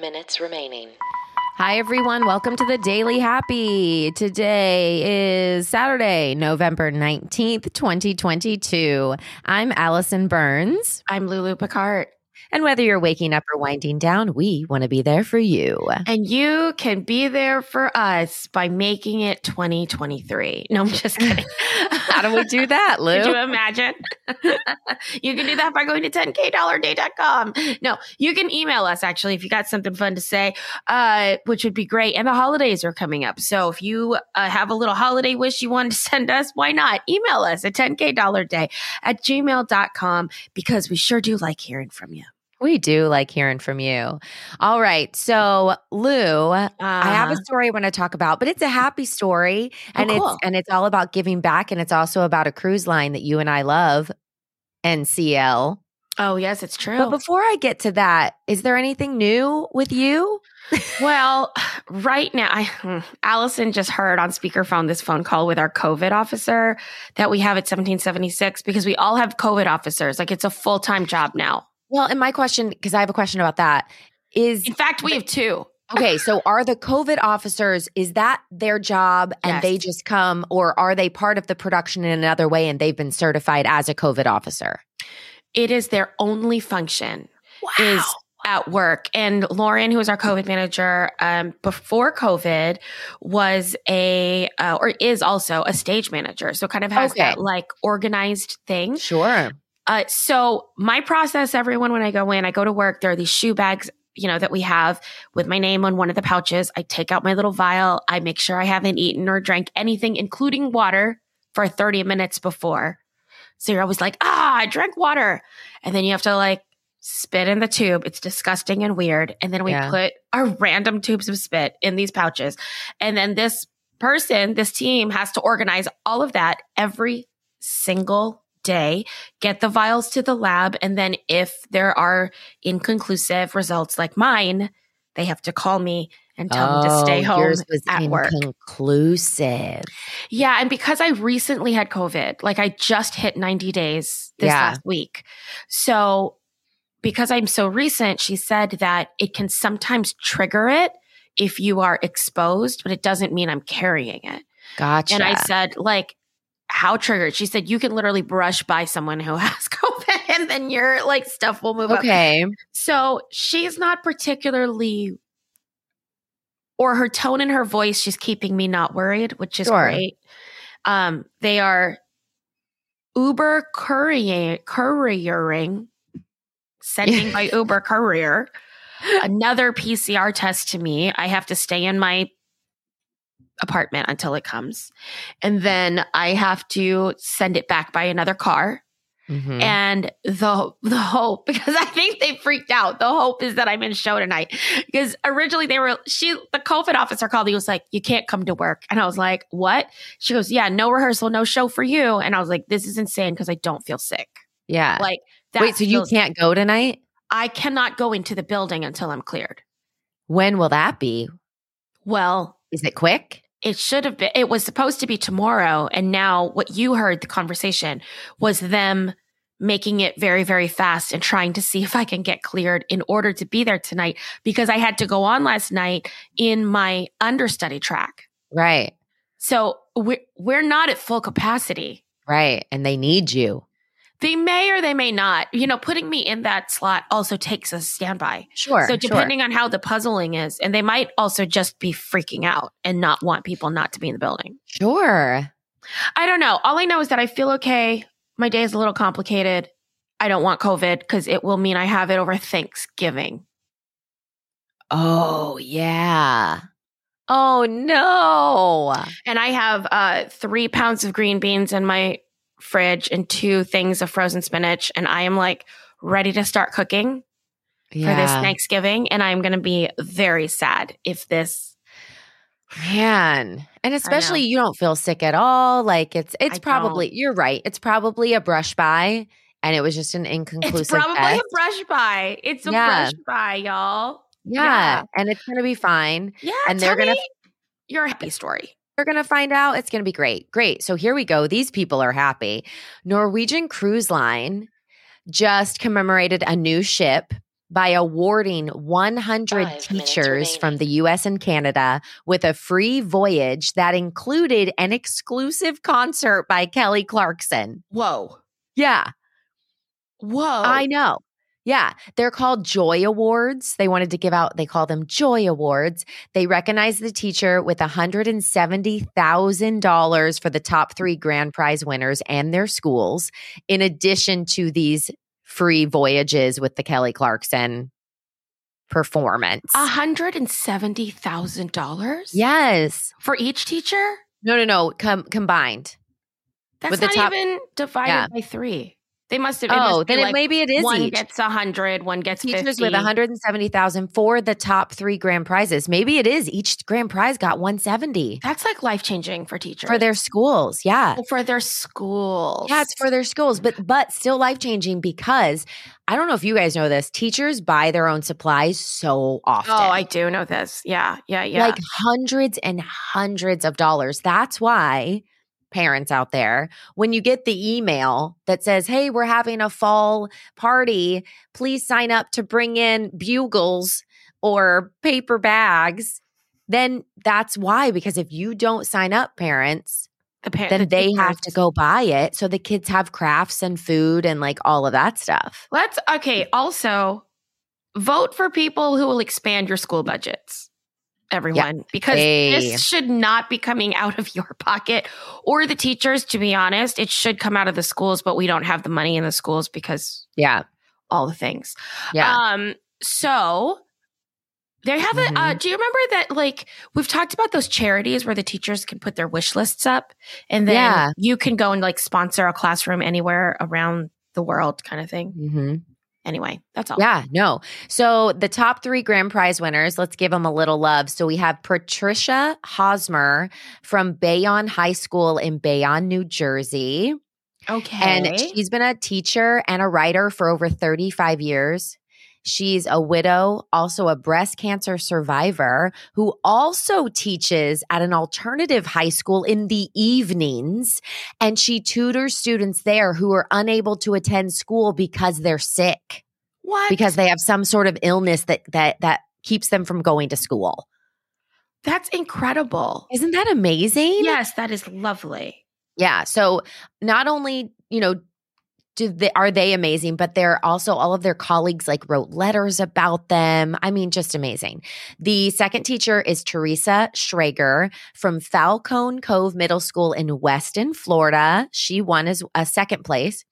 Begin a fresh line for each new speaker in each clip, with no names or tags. minutes remaining.
Hi, everyone. Welcome to the Daily Happy. Today is Saturday, November 19th, 2022. I'm Allison Burns.
I'm Lulu Picard.
And whether you're waking up or winding down, we want to be there for you.
And you can be there for us by making it 2023. No, I'm just kidding.
How do we do that,
Could you
Lou?
imagine? you can do that by going to 10kdollarday.com. No, you can email us actually if you got something fun to say, uh, which would be great. And the holidays are coming up. So if you uh, have a little holiday wish you wanted to send us, why not? Email us at 10kdollarday at gmail.com because we sure do like hearing from you.
We do like hearing from you. All right. So, Lou, I have a story I want to talk about, but it's a happy story and it's
cool.
and it's all about giving back and it's also about a cruise line that you and I love, NCL.
oh, yes, it's true.
But before I get to that, is there anything new with you?
Well, right now, I, Allison just heard on speakerphone this phone call with our COVID officer that we have at 1776 because we all have COVID officers. Like it's a full time job now.
Well, and my question because I have a question about that is
In fact, we have two.
okay, so are the COVID officers is that their job and
Yes.
they just come or are they part of the production in another way and they've been certified as a COVID officer?
It is their only function is at work. And Lauren, who is our COVID manager, um, before COVID was a, uh, or is also a stage manager. So kind of has
Okay.
that like organized thing.
Sure.
Uh, so my process, everyone, when I go in, I go to work. There are these shoe bags, you know, that we have with my name on one of the pouches. I take out my little vial. I make sure I haven't eaten or drank anything, including water, for 30 minutes before. So you're always like, ah, I drank water. And then you have to like spit in the tube. It's disgusting and weird. And then we
Yeah.
put our random tubes of spit in these pouches. And then this person, this team has to organize all of that every single day, get the vials to the lab. And then if there are inconclusive results like mine, they have to call me and tell me to
Oh,
stay home.
Yours was
at work.
inconclusive.
Yeah, and because I recently had COVID, like I just hit 90 days this
Yeah.
last week. So because I'm so recent, she said that it can sometimes trigger it if you are exposed, but it doesn't mean I'm carrying it.
Gotcha.
And I said, like, how triggered? She said, you can literally brush by someone who has COVID and then your like stuff will move up.
okay.
So she's not particularly, or her tone and her voice, she's keeping me not worried, which is
Sure.
great. Um, they are Uber courier, couriering, sending my Uber courier another PCR test to me. I have to stay in my apartment until it comes. And then I have to send it back by another car
Mhm.
and the the hope because I think they freaked out. The hope is that I'm in show tonight because originally they were she the COVID officer called. He was like, "You can't come to work," and I was like, "What?" She goes, "Yeah, no rehearsal, no show for you." And I was like, "This is insane because I don't feel sick."
yeah.
Like that
Wait, so you
feels-
can't go tonight?
I cannot go into the building until I'm cleared.
When will that be?
Well,
Is it quick?
it should have been it was supposed to be tomorrow and now what you heard the conversation was them making it very very fast and trying to see if i can get cleared in order to be there tonight because i had to go on last night in my understudy track
Right.
so we're, we're not at full capacity
Right. And they need you.
they may or they may not you know putting me in that slot also takes a standby
Sure. sure.
so depending on how the puzzling is and they might also just be freaking out and not want people not to be in the building
Sure.
I don't know. All I know is that I feel okay. My day is a little complicated. I don't want COVID because it will mean I have it over Thanksgiving.
Oh, yeah. Oh, no.
And I have uh, three pounds of green beans in my fridge and two things of frozen spinach. And I am like ready to start cooking for this
Yeah.
Thanksgiving. And I'm going to be very sad if this.
Man. And especially you don't feel sick at all. Like it's it's
I
probably you're right. It's probably a brush by and it was just an inconclusive
It's probably
test.
a brush by. It's a
Yeah.
brush by, y'all.
yeah.
yeah.
And it's gonna be fine.
Yeah.
And they're
tell
gonna-
me Your happy story.
We're going to find out. It's going to be great. Great. So here we go. These people are happy. Norwegian Cruise Line just commemorated a new ship by awarding 100
Five minutes
teachers from
remaining.
the US and Canada with a free voyage that included an exclusive concert by Kelly Clarkson.
Whoa.
Yeah,
Whoa.
I know. Yeah, they're called Joy Awards. They wanted to give out, they call them Joy Awards. They recognize the teacher with $170,000 for the top three grand prize winners and their schools, in addition to these free voyages with the Kelly Clarkson performance.
$170,000?
Yes.
For each teacher?
No, no, no. Com- combined.
That's
With the
not
top-
even divided
Yeah.
by three. They must have. it must
Oh,
be
then it,
like
maybe it is
one
each.
gets a hundred, one gets
teachers
50.
with 170,000 for the top 3 grand prizes. Maybe it is each grand prize got 170
That's like life changing for teachers
for their schools. Yeah.
Oh, for their schools.
Yeah, it's for their schools, but but still life-changing because I don't know if you guys know this, teachers buy their own supplies so often.
Oh, I do know this. Yeah, yeah, yeah.
Like hundreds and hundreds of dollars. That's why parents out there, when you get the email that says, "Hey, we're having a fall party, please sign up to bring in bugles or paper bags." Then that's why because if you don't sign up, parents,
the par- the
then they have to
teachers.
go buy it so the kids have crafts and food and like all of that stuff.
Let's okay. Also, vote for people who will expand your school budgets, everyone, because
Hey.
this should not be coming out of your pocket or the teachers. To be honest, it should come out of the schools, but we don't have the money in the schools because
Yeah.
all the things.
Yeah.
Um. So they have a. Uh,
Mhm.
do you remember that? Like we've talked about those charities where the teachers can put their wish lists up, and then
Yeah.
you can go and like sponsor a classroom anywhere around the world, kind of thing.
mm-hmm.
Anyway, that's all.
Yeah, no. So the top three grand prize winners, let's give them a little love. So we have Patricia Hosmer from Bayonne High School in Bayonne, New Jersey.
Okay.
And she's been a teacher and a writer for over 35 years. She's a widow, also a breast cancer survivor, who also teaches at an alternative high school in the evenings. And she tutors students there who are unable to attend school because they're sick
what?
because they have some sort of illness that that that keeps them from going to school.
that's incredible.
Isn't that amazing?
Yes, that is lovely.
Yeah. So not only, you know, do they, are they amazing, but they're also all of their colleagues like wrote letters about them. I mean, just amazing. The second teacher is Teresa Schrager from Falcone Cove Middle School in Weston, Florida. She won as a second place.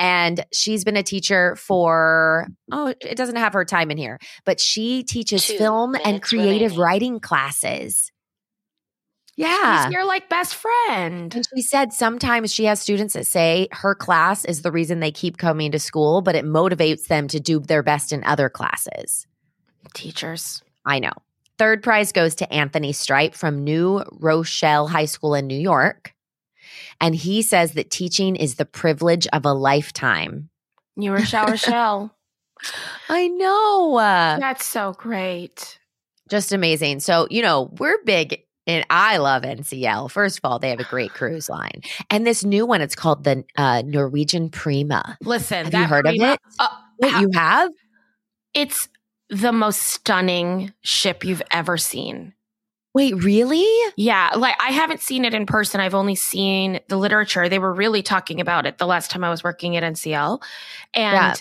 And she's been a teacher for, oh, it doesn't have her time in here, but she teaches
Two
film and
minutes
creative
remaining.
writing classes. Yeah.
She's your like best friend.
And she said sometimes she has students that say her class is the reason they keep coming to school, but it motivates them to do their best in other classes. Mm,
Teachers.
I know. Third prize goes to Anthony Stripe from New Rochelle High School in New York. And he says that teaching is the privilege of a lifetime.
You were Rochelle Rochelle.
I know. Uh,
That's so great.
Just amazing. So, you know, we're big and I love NCL. First of all, they have a great cruise line. And this new one, it's called the uh, Norwegian Prima.
Listen,
Have
that
you heard of
Prima-
it?
Uh,
Wait,
how-
you have?
it's the most stunning ship you've ever seen.
Wait, really?
Yeah, like I haven't seen it in person. I've only seen the literature. They were really talking about it the last time I was working at NCL. And
Yeah.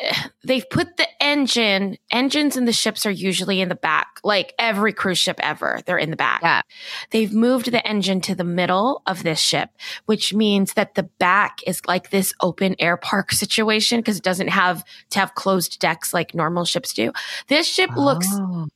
eh, they've put the engine, engines in the ships are usually in the back, like every cruise ship ever, they're in the back.
Yeah.
They've moved the engine to the middle of this ship, which means that the back is like this open air park situation because it doesn't have to have closed decks like normal ships do. This ship looks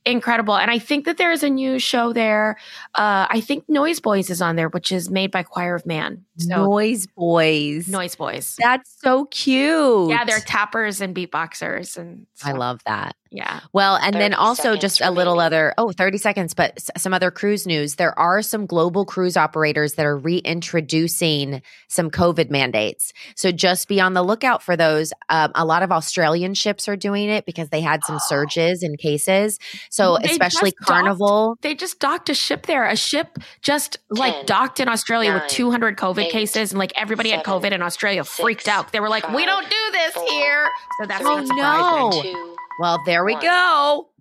incredible. And I think that there is a new show there. Uh, I think Noise Boys is on there, which is made by Choir of Man. So
noise boys.
Noise Boys.
That's so cute.
Yeah, they're tappers and beatboxers and
I
stuff.
love that.
Yeah.
Well, and then
30
also
seconds
just a little
remaining.
other, oh, 30 seconds, but s- some other cruise news. There are some global cruise operators that are reintroducing some COVID mandates. So just be on the lookout for those. Um, a lot of Australian ships are doing it because they had some
Oh.
surges in cases. So
They
especially
just docked-
Carnival.
They just docked a ship there. A ship just like
Ten,
docked in Australia
nine,
with 200 COVID
eight,
cases, and like everybody had
seven,
COVID in Australia
six,
freaked out. They were like, we
five,
don't do this
four,
here. So that's
three,
not
no.
surprising.
Two,
Well, there we
One.
go.